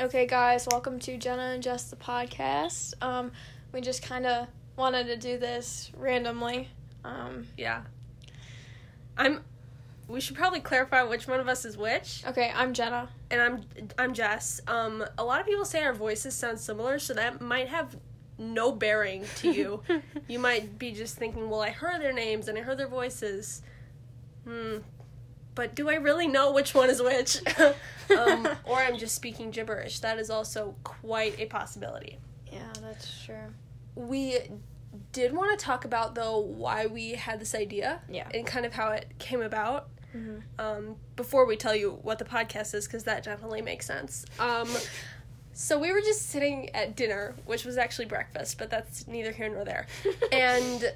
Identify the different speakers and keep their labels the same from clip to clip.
Speaker 1: Okay, guys, welcome to Jenna and Just the podcast. Um, we just kind of wanted to do this randomly. Um,
Speaker 2: Yeah. I'm. We should probably clarify which one of us is which.
Speaker 1: okay, I'm Jenna.
Speaker 2: And I'm I'm Jess. Um, a lot of people say our voices sound similar, so that might have no bearing to you. you might be just thinking, well, I heard their names and I heard their voices. Hmm. But do I really know which one is which? um, or I'm just speaking gibberish. That is also quite a possibility.
Speaker 1: Yeah, that's true.
Speaker 2: We did want to talk about though why we had this idea.
Speaker 1: Yeah.
Speaker 2: and kind of how it came about
Speaker 1: hmm
Speaker 2: um, before we tell you what the podcast is because that definitely makes sense um, so we were just sitting at dinner which was actually breakfast but that's neither here nor there and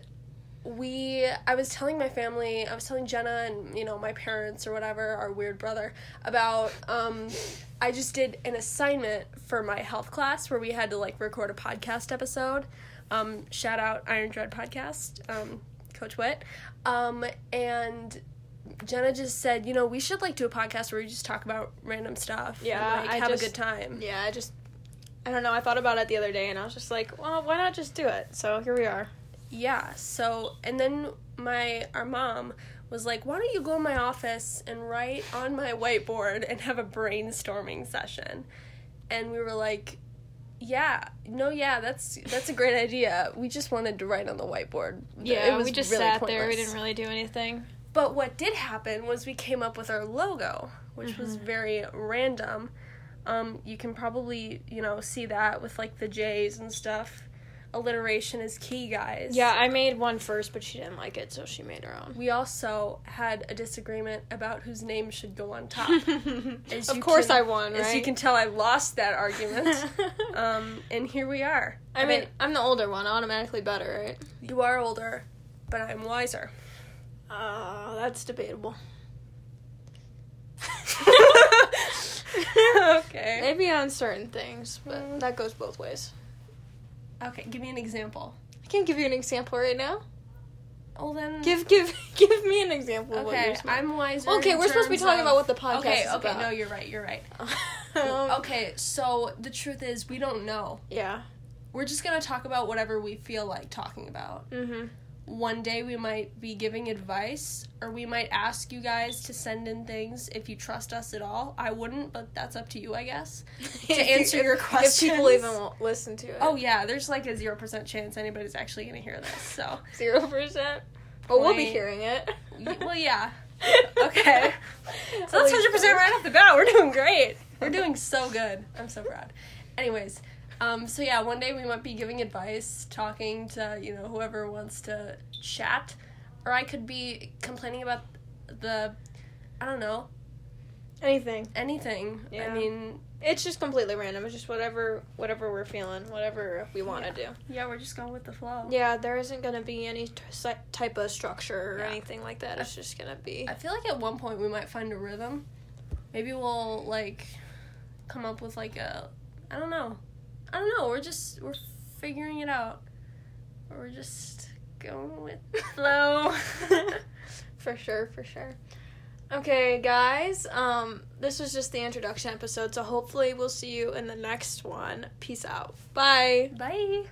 Speaker 2: we i was telling my family i was telling jenna and you know my parents or whatever our weird brother about um i just did an assignment for my health class where we had to like record a podcast episode um shout out iron dread podcast um coach witt um and jenna just said you know we should like do a podcast where we just talk about random stuff and,
Speaker 1: Yeah,
Speaker 2: like,
Speaker 1: I
Speaker 2: have
Speaker 1: just-
Speaker 2: a good time
Speaker 1: yeah, I just, I don't know. I thought about it the other day, and I was just like, well, why not just do it? So here we are.
Speaker 2: Yeah. So, and then my our mom was like, "Why don't you go in my office and write on my whiteboard and have a brainstorming session?" And we were like, "Yeah, no, yeah, that's that's a great idea. We just wanted to write on the whiteboard.
Speaker 1: Yeah, we just
Speaker 2: really
Speaker 1: sat there. We
Speaker 2: pointless.
Speaker 1: didn't really do anything.
Speaker 2: But what did happen was we came up with our logo, which was
Speaker 1: Mm-hmm.
Speaker 2: very random. Um, you can probably you know see that with like the J's and stuff. Alliteration is key, guys.
Speaker 1: Yeah, I made one first, but she didn't like it, so she made her own.
Speaker 2: We also had a disagreement about whose name should go on top. As
Speaker 1: of
Speaker 2: you
Speaker 1: course,
Speaker 2: can-
Speaker 1: I won. Right?
Speaker 2: As you can tell, I lost that argument. um, and here we are.
Speaker 1: I mean, I'm the older one, automatically better, right?
Speaker 2: you are older, but I'm wiser.
Speaker 1: Uh, that's debatable.
Speaker 2: okay.
Speaker 1: Maybe on certain things,
Speaker 2: Mm.
Speaker 1: but that goes both ways.
Speaker 2: Okay, give me an example.
Speaker 1: I can't give you an example right now.
Speaker 2: Well, then.
Speaker 1: Give give give me an example. Of what
Speaker 2: Mm. okay,
Speaker 1: you're smart.
Speaker 2: I'm wiser.
Speaker 1: okay,
Speaker 2: in
Speaker 1: we're supposed to be
Speaker 2: terms
Speaker 1: talking
Speaker 2: of-
Speaker 1: about what the podcast
Speaker 2: Okay,
Speaker 1: is
Speaker 2: okay,
Speaker 1: about.
Speaker 2: no, you're right, you're right.
Speaker 1: Um,
Speaker 2: okay, so the truth is, we don't know.
Speaker 1: Yeah.
Speaker 2: We're just gonna talk about whatever we feel like talking about.
Speaker 1: Mhm.
Speaker 2: one day we might be giving advice or we might ask you guys to send in things if you trust us at all. I wouldn't, but that's up to you, I guess.
Speaker 1: If you-
Speaker 2: answer your
Speaker 1: if- if people even
Speaker 2: questions.
Speaker 1: won't listen to it.
Speaker 2: Oh yeah, there's like a 0% chance anybody's actually going to hear this. So,
Speaker 1: zero percent. But we'll be
Speaker 2: Point-
Speaker 1: hearing it.
Speaker 2: y- well yeah. Okay. So that's
Speaker 1: Holy
Speaker 2: 100% right off the bat. We're doing great. We're doing so good. I'm so proud. Anyways, um so yeah, one day we might be giving advice, talking to, you know, whoever wants to chat, or I could be complaining about the I don't know,
Speaker 1: Anything.
Speaker 2: anything.
Speaker 1: Yeah.
Speaker 2: I mean,
Speaker 1: It's just completely random. It's just whatever whatever we're feeling, whatever we want to do.
Speaker 2: yeah, we're just going with the flow.
Speaker 1: Yeah, there isn't going to be any t- si- type of structure or
Speaker 2: Yeah.
Speaker 1: anything like that. It's just going to be.
Speaker 2: I feel like at one point we might find a rhythm. Maybe we'll like come up with like a I don't know. I don't know. We're just we're figuring it out. We're just going with the flow.
Speaker 1: for sure, for sure. Okay, guys, um, this was just the introduction episode, so hopefully we'll see you in the next one. Peace out. Bye.
Speaker 2: Bye.